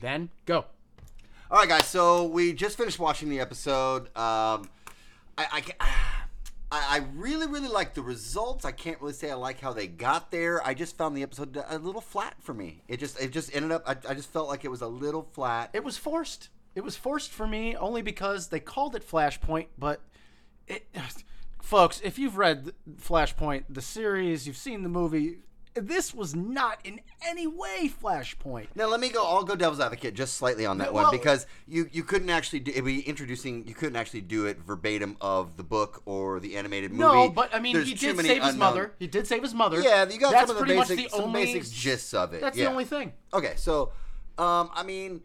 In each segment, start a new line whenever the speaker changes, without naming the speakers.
Ken, go.
All right, guys. So we just finished watching the episode. Um, I, I, ca- I, I really, really like the results. I can't really say I like how they got there. I just found the episode a little flat for me. It just, it just ended up. I, I just felt like it was a little flat.
It was forced. It was forced for me only because they called it Flashpoint, but it, folks, if you've read Flashpoint, the series, you've seen the movie, this was not in any way Flashpoint.
Now let me go. I'll go devil's advocate just slightly on that
well-
one because you you couldn't actually do, it'd be introducing. You couldn't actually do it verbatim of the book or the animated movie.
No, but I mean,
There's
he
too
did
many
save his
unknown-
mother. He did save his mother.
Yeah, you got
that's
some of the
pretty
basic,
much the
some
only
basic gists of it.
That's
yeah.
the only thing.
Okay, so, um, I mean,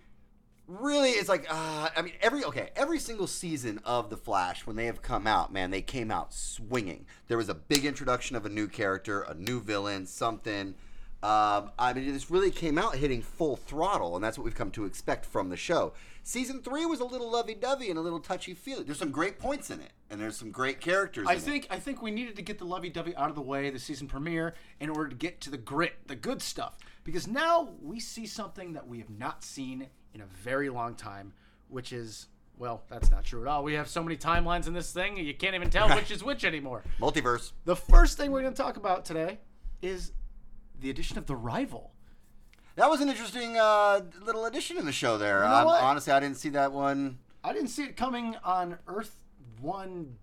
really, it's like, uh, I mean, every okay, every single season of the Flash when they have come out, man, they came out swinging. There was a big introduction of a new character, a new villain, something. Um, I mean, this really came out hitting full throttle, and that's what we've come to expect from the show. Season three was a little lovey-dovey and a little touchy-feely. There's some great points in it, and there's some great characters.
I
in it.
think I think we needed to get the lovey dovey out of the way, the season premiere, in order to get to the grit, the good stuff. Because now we see something that we have not seen in a very long time, which is well, that's not true at all. We have so many timelines in this thing, you can't even tell which is which anymore.
multiverse.
The first thing we're going to talk about today is the addition of the rival.
That was an interesting uh, little addition in the show there.
know
um,
what?
honestly, I didn't see that one.
I didn't see it coming on Earth One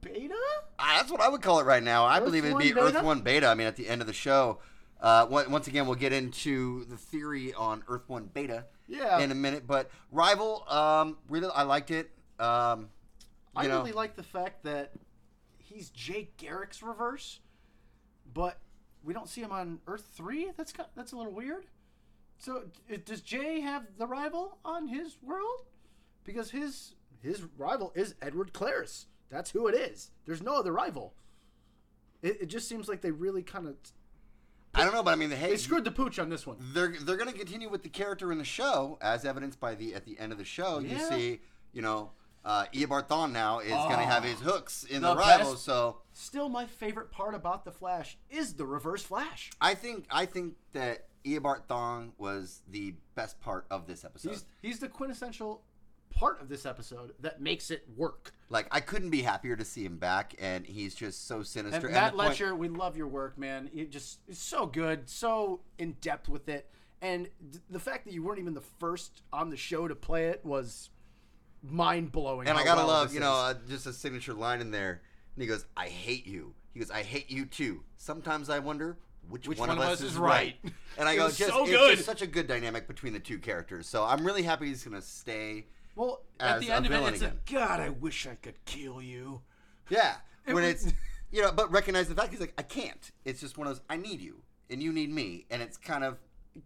Beta.
Ah, that's what I would call it right now. I believe it'd
One
be
Beta?
Earth One Beta. I mean, at the end of the show, uh, on- once again, we'll get into the theory on Earth One Beta.
Yeah.
In a minute, but Rival, um, really, I liked it. Um, you
I
know,
really like the fact that he's Jay Garrick's reverse, but we don't see him on Earth Three. That's ki- that's a little weird. So it, does Jay have the rival on his world? Because his his rival is Edward Claris. That's who it is. There's no other rival. It, it just seems like they really kind of
I don't know, but I mean, hey,
they screwed the pooch on this one.
they're they're going to continue with the character in the show, as evidenced by the at the end of the show. You
Yeah. Ah.
see, you know, uh, Eobarthon now is going to have his hooks in
the
the Rival,
best-
so.
Still, my favorite part about the Flash is the Reverse Flash.
I think I think that Eobard Thong was the best part of this episode.
He's he's the quintessential part of this episode that makes it work.
like I couldn't be happier to see him back, and he's just so sinister.
And
And
Matt
the point-
Letcher, we love your work, man. It just is so good, so in depth with it, and th- the fact that you weren't even the first on the show to play it was mind blowing.
and I gotta love, you know, uh, just a signature line in there. And he goes, "I hate you." He goes, "I hate you too." Sometimes I wonder which,
Which
one, of us, is right.
right?
And I
It
go,
was
just,
so
it's
good.
just such a good dynamic between the two characters. So I'm really happy he's gonna stay.
well, at
as
the
a
end of it,
villain
it's
again.
like, God, I wish I could kill you.
Yeah. when
was-
it's you know, but recognize the fact he's like, I can't. It's just one of those I need you and you need me. And it's kind of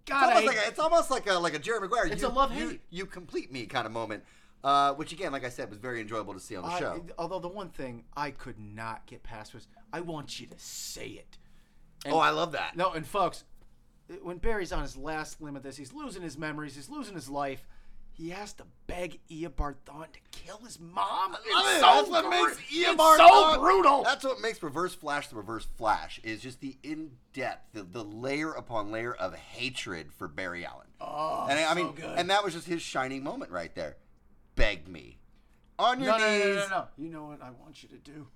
God, I-
it's almost like a, it's almost like a like a Jerry Maguire.
It's a
you,
love
you,
hate.
you complete me kind of moment. Uh, which again, like I said, was very enjoyable to see on the
I-
show.
although the one thing I could not get past was, I want you to say it.
oh, I love that.
No, and folks, when Barry's on his last limb of this, he's losing his memories, he's losing his life. He has to beg Eobard Thawne to kill his mom. It's so,
that's what
bru-
makes
it's
Eobard
so
Thawne-
brutal.
That's what makes Reverse Flash the Reverse Flash is just the in depth, the, the layer upon layer of hatred for Barry Allen. Oh, and I,
so
I mean,
good.
and that was just his shining moment right there. Beg me on
no,
your
no,
knees.
no, no, no, no. You know what I want you to do?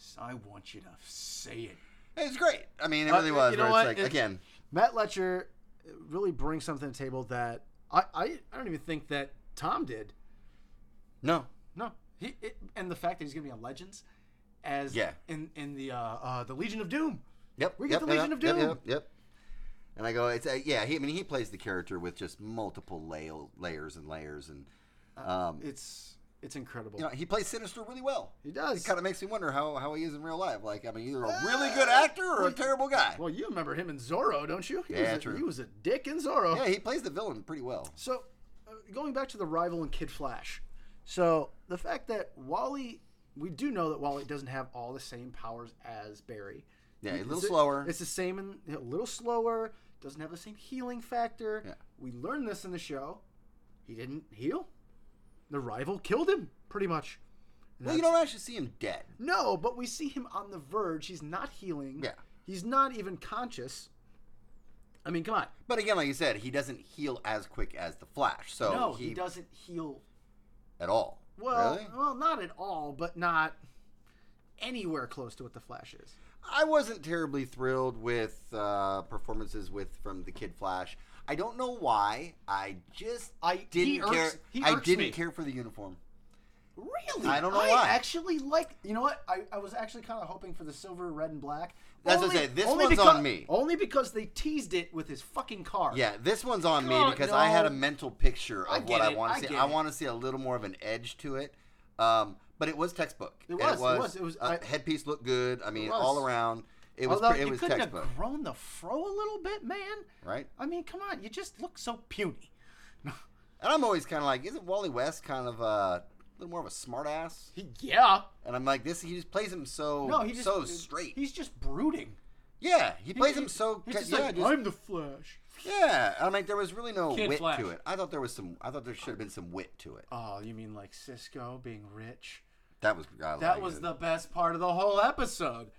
Is I want you to say it.
It's great. I mean, it
Uh,
really was.
you know
where it's
what?
like
It-
again,
Matt Letcher uh, really brings something to the table that I, I, I don't even think that Tom did.
no.
No, he it, and the fact that he's gonna be on Legends, as
Yeah.
in in the uh, uh, the Legion of Doom.
Yep.
We get
yep,
the
yep,
Legion of
yep,
Doom.
Yep. yep. And I go, it's uh, yeah. He, I mean, he plays the character with just multiple layer, layers and layers, and
Uh.
um,
It's it's incredible.
you know, he plays Sinister really well.
He does.
It kind of makes me wonder how, how he is in real life. Like, I mean, either a really good actor or a terrible guy.
Ah! Well, you remember him in Zorro, don't you? He
Yeah,
was a,
true.
He was a dick in Zorro.
Yeah, he plays the villain pretty well.
So, uh, going back to the rival and Kid Flash. So, the fact that Wally, we do know that Wally doesn't have all the same powers as Barry.
Yeah, a little
It's
slower.
It's the same and a little slower. Doesn't have the same healing factor.
Yeah.
We learned this in the show. He didn't heal. The rival killed him, pretty much. And
Well, you
that's-
don't actually see him dead.
No, but we see him on the verge. He's not healing.
Yeah.
He's not even conscious. I mean, come on.
But again, like you said, he doesn't heal as quick as the Flash. So
no, he, doesn't heal.
at all.
Well,
really?
well, not at all, but not anywhere close to what the Flash is.
I wasn't terribly thrilled with uh, performances with from the Kid Flash. I don't know why. I just
I- he
didn't care.
irks- he
I
irks
didn't
me.
care for the uniform.
Really?
I don't know
I
why.
actually like. You know what? I, I was actually kind of hoping for the silver, red, and black.
That's what I said, this one's
because,
on me.
Only because they teased it with his fucking car.
Yeah, this one's on me
God,
because I had a
no.
mental picture
I
of
get
what I
it,
want
I
to see.
get
I
it.
want to see a little more of an edge to it. Um, but it was textbook.
It
And
was, it was, it was-
uh,
I-
headpiece looked good. I mean,
was.
all around, it was.
Although
pre- It
you
was
couldn't
textbook,
have grown the fro a little bit, man.
right?
I mean, come on, you just look so puny.
And I'm always kind of like, isn't Wally West kind of uh, a little more of a smartass?
Yeah.
And I'm like, this. He just plays him so
No, he just
so straight.
He's just brooding.
yeah, he plays
He-
him so.
He's just
yeah,
like,
just-
I'm the Flash.
yeah. And I'm like, there was really no
Kid
wit
Flash.
to it. I thought there was some. I thought there should have been some wit to it.
Oh, you mean like Cisco being rich? uh,
That was. I
That
liked
was
it.
the best part of the whole episode.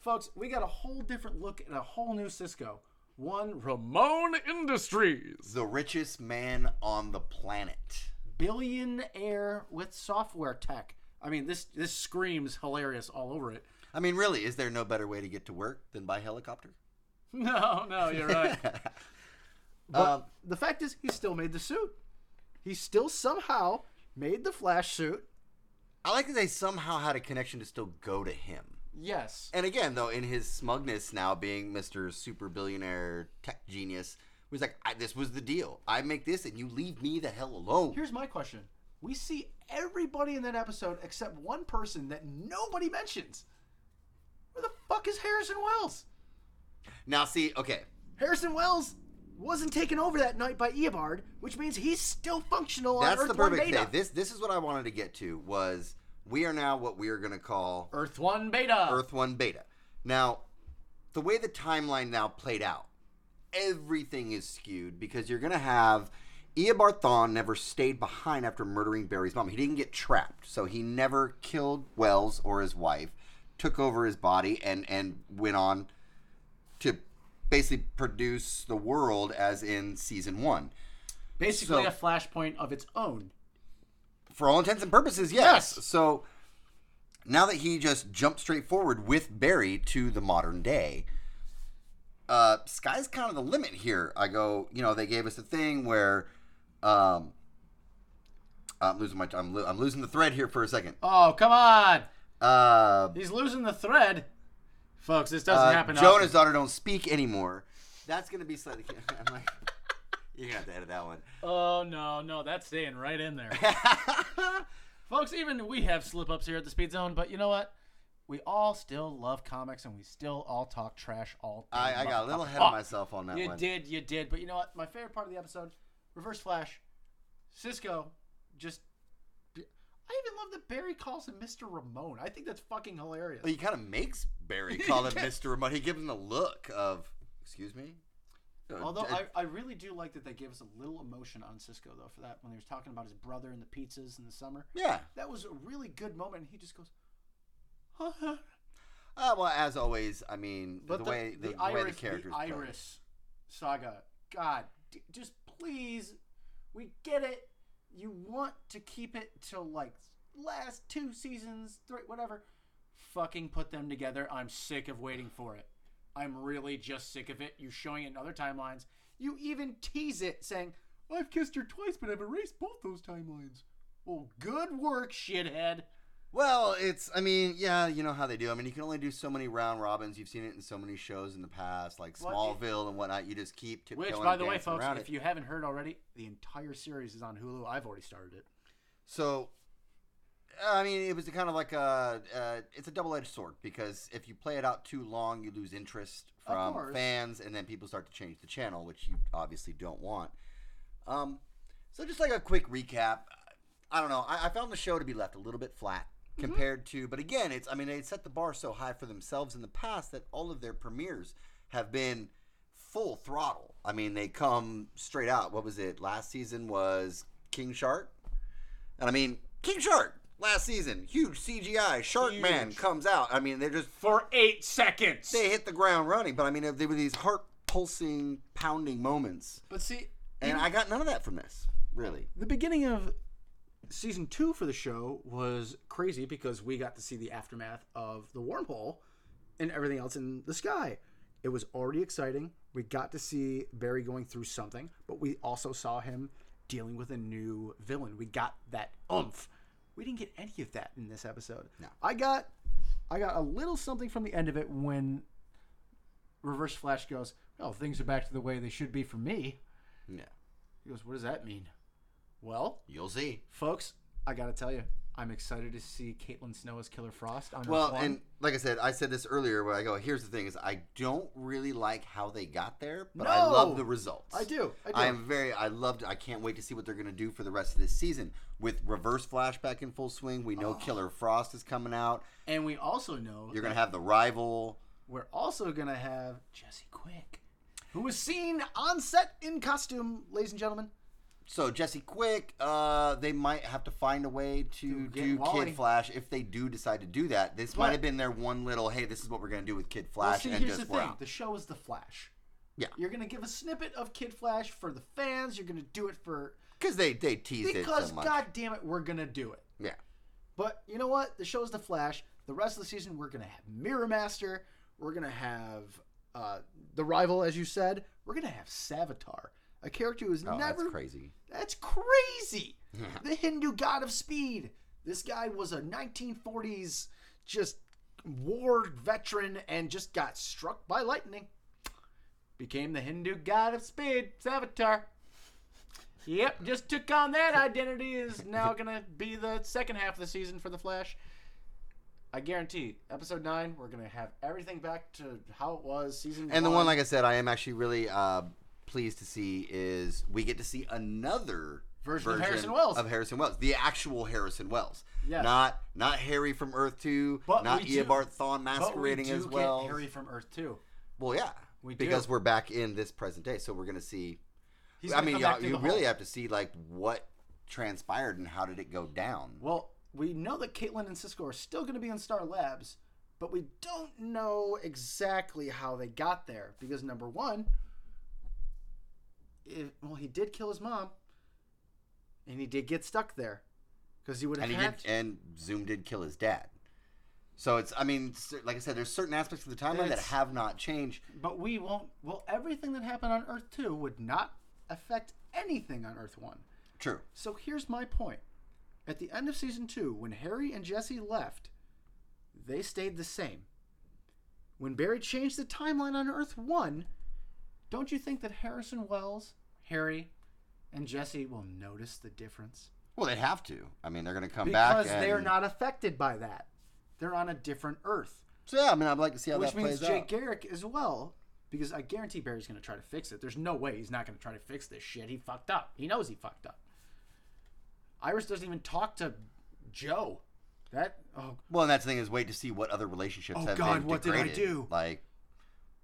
Folks, we got a whole different look at a whole new Cisco. One Ramon Industries.
the richest man on the planet.
Billionaire with software tech. I mean, this this screams hilarious all over it.
I mean, really, is there no better way to get to work than by helicopter?
No, no, you're right. But
um,
the fact is, he still made the suit. He still somehow made the Flash suit.
I like that they somehow had a connection to still go to him.
Yes.
And again, though, in his smugness now, being Mr. Super Billionaire Tech Genius, he was like, I, this was the deal. I make this and you leave me the hell alone.
Here's my question. We see everybody in that episode except one person that nobody mentions. Where the fuck is Harrison Wells?
now, see, okay,
Harrison Wells wasn't taken over that night by Eobard, which means he's still functional on
that's
Earth
the perfect
One Beta.
thing. This, this is what I wanted to get to was we are now what we are going to call
Earth One Beta.
Earth 1 Beta. Now, the way the timeline now played out, everything is skewed because you're going to have Eobard Thawne never stayed behind after murdering Barry's mom. He didn't get trapped, so he never killed Wells or his wife, took over his body, and, and went on to basically produce the world as in season one.
Basically,
So-
a flashpoint of its own.
for all intents and purposes, yes. So now that he just jumped straight forward with Barry to the modern day, uh, sky's kind of the limit here. I go, you know, they gave us a thing where, um, I'm losing my, I'm, lo- I'm losing the thread here for a second.
Oh, come on.
Uh,
He's losing the thread. Folks, this doesn't
uh,
happen.
Jonah's daughter don't speak anymore. That's gonna be slightly. I'm like, you're gonna have to edit that one.
Oh, no, no. That's staying right in there. Folks, even we have slip ups here at the Speed Zone, but you know what? We all still love comics and we still all talk trash all day.
I, I got a little ahead of myself on that
You
one.
did, you did. But you know what? My favorite part of the episode Reverse Flash, Cisco just. I even love that Barry calls him Mr. Ramon. I think that's fucking hilarious.
Well, he kind of makes Barry call him Mr. Ramon. He gives him the look of, excuse me? Uh,
Although
d-
I, I really do like that they gave us a little emotion on Cisco, though, for that when he was talking about his brother and the pizzas in the summer.
Yeah.
That was a really good moment. And he just goes, huh.
Uh, well, as always, I mean,
But
the,
the,
way the,
the,
the way
Iris,
the characters
the
play.
Iris saga. God, d- just please, we get it. You want to keep it till like last two seasons, three, whatever. Fucking put them together. I'm sick of waiting for it. I'm really just sick of it. You showing it in other timelines. You even tease it, saying, "I've kissed her twice, but I've erased both those timelines." Well, good work, shithead.
Well, it's, I mean, yeah, you know how they do. I mean, you can only do so many round robins. You've seen it in so many shows in the past, like
Well, it-
Smallville and whatnot. You just keep tiptoeing
Which, by the way,
dancing
folks,
around
if
it.
you haven't heard already, the entire series is on Hulu. I've already started it.
So, uh, I mean, it was kind of like a uh, it's a double edged sword because if you play it out too long, you lose interest
Of
from
course.
fans, and then people start to change the channel, which you obviously don't want. Um, so just like a quick recap, I don't know. I, I found the show to be left a little bit flat compared to, but again, it's I mean they set the bar so high for themselves in the past that all of their premieres have been full throttle. I mean they come straight out. What was it? Last season was King Shark, and I mean King Shark last season, huge CGI Shark Man
Huge.
comes out. I mean they're just
for eight seconds.
they hit the ground running, but I mean they were these heart pulsing, pounding moments.
But see,
And I got none of that from this, really.
the beginning of season two for the show was crazy because we got to see the aftermath of the wormhole and everything else in the sky. It was already exciting. We got to see Barry going through something, but we also saw him dealing with a new villain. We got that oomph. We didn't get any of that in this episode. No. I got I got a little something from the end of it when Reverse Flash goes, "Oh, things are back to the way they should be for me."
Yeah.
He goes, "What does that mean?" Well,
You'll see.
folks, I gotta tell you, I'm excited to see Caitlin Snow as Killer Frost on
Well,
Earth One.
and like I said, I said this earlier where I go, here's the thing is I don't really like how they got there, but I
No!
love the results.
I do, I do.
I am very I loved I can't wait to see what they're gonna do for the rest of this season. With reverse flashback in full swing, we know
Oh.
Killer Frost is coming out.
And we also know
You're gonna have the rival.
we're also gonna have Jesse Quick, who was seen on set in costume, ladies and gentlemen.
So Jesse Quick, uh, they might have to find a way to
To get
do
Wally.
Kid Flash if they do decide to do that. This
But-
might have been their one little, hey, this is what we're gonna do with Kid
Well,
Flash,
see,
and
here's the
just we're
thing:
out.
the show is the Flash.
Yeah.
You're gonna give a snippet of Kid Flash for the fans. You're gonna do it for
Because they they teased it
because,
so much.
god damn it, we're gonna do it.
yeah.
But you know what? The show is the Flash. The rest of the season, we're gonna have Mirror Master. We're gonna have uh, the rival, as you said. We're gonna have Savitar, a character who is
Oh,
never.
that's crazy.
That's crazy. the Hindu god of speed. This guy was a 1940s just war veteran and just got struck by lightning. Became the Hindu god of speed, Savitar. Yep, just took on that identity. Is now gonna be the second half of the season for the Flash. I guarantee, episode nine, we're gonna have everything back to how it was season.
And the one, like I said, I am actually really uh, pleased to see is we get to see another
Version of Harrison Wells.
of Harrison Wells, the actual Harrison Wells,
Yes.
not not Harry from Earth Two,
But
not
we do-
Eobard Thawne
but we
masquerading
do
as
get
well.
Harry from Earth too.
Well, yeah,
We do.
because we're back in this present day, so we're gonna see.
He's
I
gonna
mean,
come
y'all,
back through
you
the
really
hole.
have to see like what transpired and how did it go down.
Well, we know that Caitlin and Cisco are still going to be in Star Labs, but we don't know exactly how they got there because number one, if, well, he did kill his mom, and he did get stuck there because he would have
and he
had.
did, and Zoom did kill his dad. So it's, I mean, cer- like I said, there's certain aspects of the timeline that
That's-
have not changed.
but we won't. Well, everything that happened on Earth Two would not affect anything on Earth One.
True.
So here's my point. At the end of season two, when Harry and Jesse left, they stayed the same. When Barry changed the timeline on Earth 1, don't you think that Harrison Wells, Harry, and Jesse will notice the difference?
Well, they have to. I mean, they're going to come back
Because they're
and-
not affected by that. They're on a different Earth.
So yeah, I mean, I'd like to see how
Which
that
means
plays
Jake
out.
Garrick as well, because I guarantee Barry's going to try to fix it. There's no way he's not going to try to fix this shit. He fucked up. He knows he fucked up. Iris doesn't even talk to Joe. That oh
well, and that's the thing is, wait to see what other relationships
Oh,
have
God,
been
what did I
degraded.
do?
Like,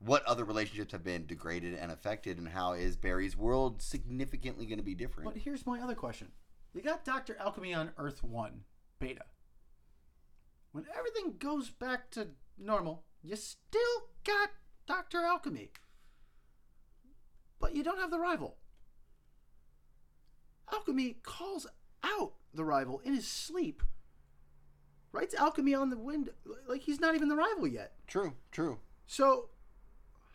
what other relationships have been degraded and affected, and how is Barry's world significantly going to be different?
But here's my other question. You got Dr. Alchemy on Earth 1, beta. When everything goes back to normal, you still got Dr. Alchemy. But you don't have the rival. Alchemy calls out the rival in his sleep. Writes Alchemy on the window. Like he's not even the rival yet.
True, true.
So,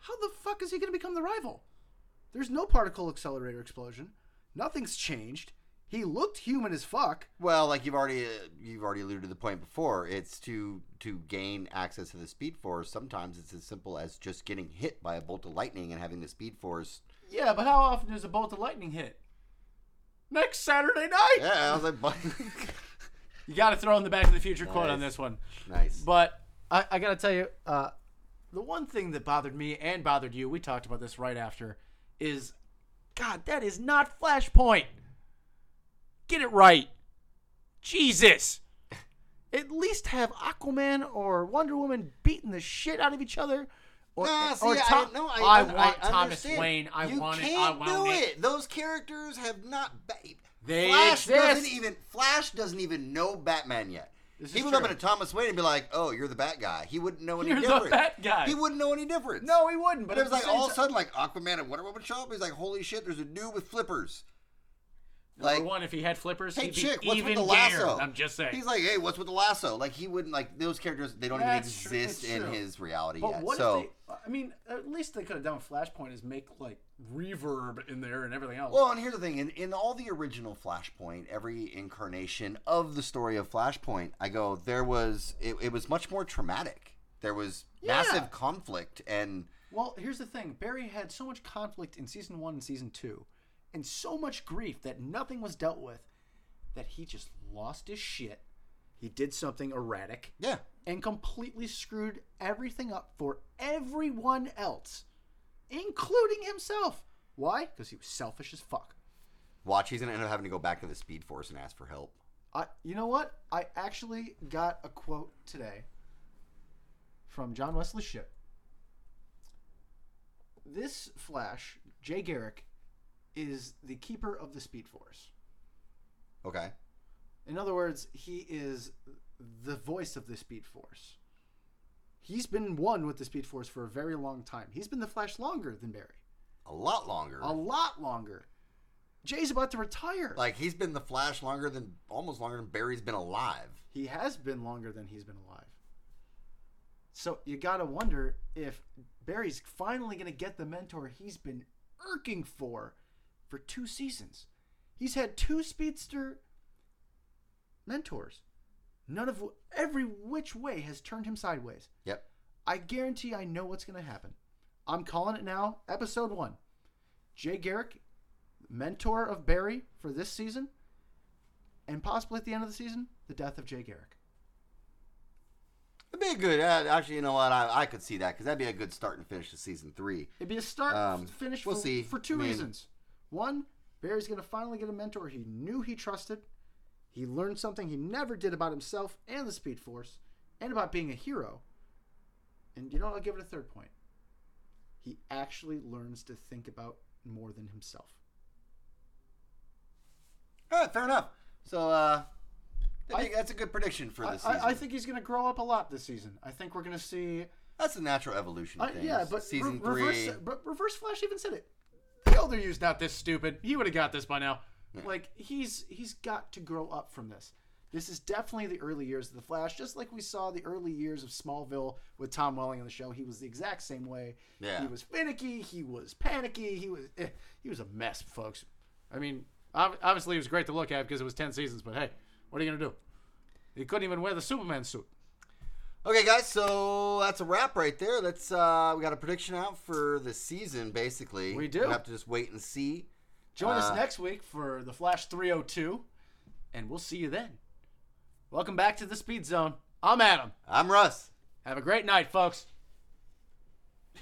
how the fuck is he going to become the rival? There's no particle accelerator explosion. Nothing's changed. He looked human as fuck.
Well, like you've already uh, you've already alluded to the point before, it's to to gain access to the Speed Force. Sometimes it's as simple as just getting hit by a bolt of lightning and having the Speed Force.
Yeah, but how often does a bolt of lightning hit? Next Saturday night.
Yeah, I was like, "Bu-
You got to throw in the Back to the Future quote on
Nice.
this one.
nice.
But I, I got to tell you, uh, the one thing that bothered me and bothered you, we talked about this right after, is God, that is not Flashpoint. Get it right. Jesus. At least have Aquaman or Wonder Woman beating the shit out of each other. Or,
Nah, see,
or
I-
Tom-
no, I, I-
want
I
Thomas
understand.
Wayne. I
you
want it. I
can't
want
do
it.
it. Those characters have not. Ba-
They
Flash
exist.
doesn't even. Flash doesn't even know Batman yet.
This
He
is
would
true.
come into Thomas Wayne and be like, "Oh, you're the Bat Guy." He wouldn't know any
You're the
difference.
Bat Guy.
He wouldn't know any difference.
No, he wouldn't. But
But it was
at
like
the
all
same
of a
ti-
sudden, like Aquaman and Wonder Woman show up. He's like, "Holy shit! There's a dude with flippers."
Number
Like,
one, if he had flippers,
hey
he'd
chick,
be
what's
even
with the lasso?
gayer. I'm just saying.
He's like, "Hey, what's with the lasso?" Like he wouldn't like those characters. They don't
That's true,
even exist
it's
in
true.
his reality
But
yet.
what
so.
if they? I mean, at least they could have done with Flashpoint is make like reverb in there and everything else.
Well, and here's the thing: in, in all the original Flashpoint, every incarnation of the story of Flashpoint, I go there was it, it was much more traumatic. There was
Yeah.
massive conflict, and
Well, here's the thing. Barry had so much conflict in season one and season two, and so much grief that nothing was dealt with, that he just lost his shit. He did something erratic
yeah,
and completely screwed everything up for everyone else, including himself. Why? Because he was selfish as fuck.
watch he's gonna end up having to go back to the Speed Force and ask for help.
I, you know what? I actually got a quote today from John Wesley Ship. This Flash, Jay Garrick, is the keeper of the Speed Force.
Okay,
In other words, he is the voice of the Speed Force. He's been one with the Speed Force for a very long time. He's been the Flash longer than Barry,
a lot longer.
a lot longer. Jay's about to retire.
like he's been the Flash longer than almost longer than Barry's been alive.
he has been longer than he's been alive. So you gotta wonder if Barry's finally gonna get the mentor he's been irking for for two seasons. He's had two speedster mentors, none of wh- every which way has turned him sideways.
Yep.
I guarantee I know what's gonna happen. I'm calling it now. Episode one. Jay Garrick, mentor of Barry for this season, and possibly at the end of the season, the death of Jay Garrick.
It'd be a good. Uh, actually, you know what? I, I could see that because that'd be a good start and finish to season three.
It'd be a start
Um,
f- finish
we'll
for,
see.
for two
I mean-
reasons. One, Barry's going to finally get a mentor he knew he trusted. He learned something he never did about himself and the Speed Force and about being a hero. And you know what? I'll give it a third point. He actually learns to think about more than himself.
All right, fair enough. So uh, I
I-
think that's a good prediction for
I,
this season.
I, I think he's going to grow up a lot this season. I think we're going to see.
That's the natural evolution of
I-
things.
Uh, yeah, but
season
re- reverse,
three.
but Reverse Flash even said it.
the older you's not this stupid. He would have got this by now.
Like he's he's got to grow up from this. This is definitely the early years of the Flash, just like we saw the early years of Smallville with Tom Welling on the show. He was the exact same way.
Yeah.
He was finicky. He was panicky. He was eh, he was a mess, folks.
I mean, ob- obviously, it was great to look at because it was 10 seasons, but hey, what are you going to do? He couldn't even wear the Superman suit.
okay, guys, so that's a wrap right there. Let's uh, we got a prediction out for the season. Basically,
We do.
We'll have to just wait and see.
Join
Uh,
us next week for the Flash 302, and we'll see you then. Welcome back to the Speed Zone. I'm Adam.
I'm Russ.
Have a great night, folks.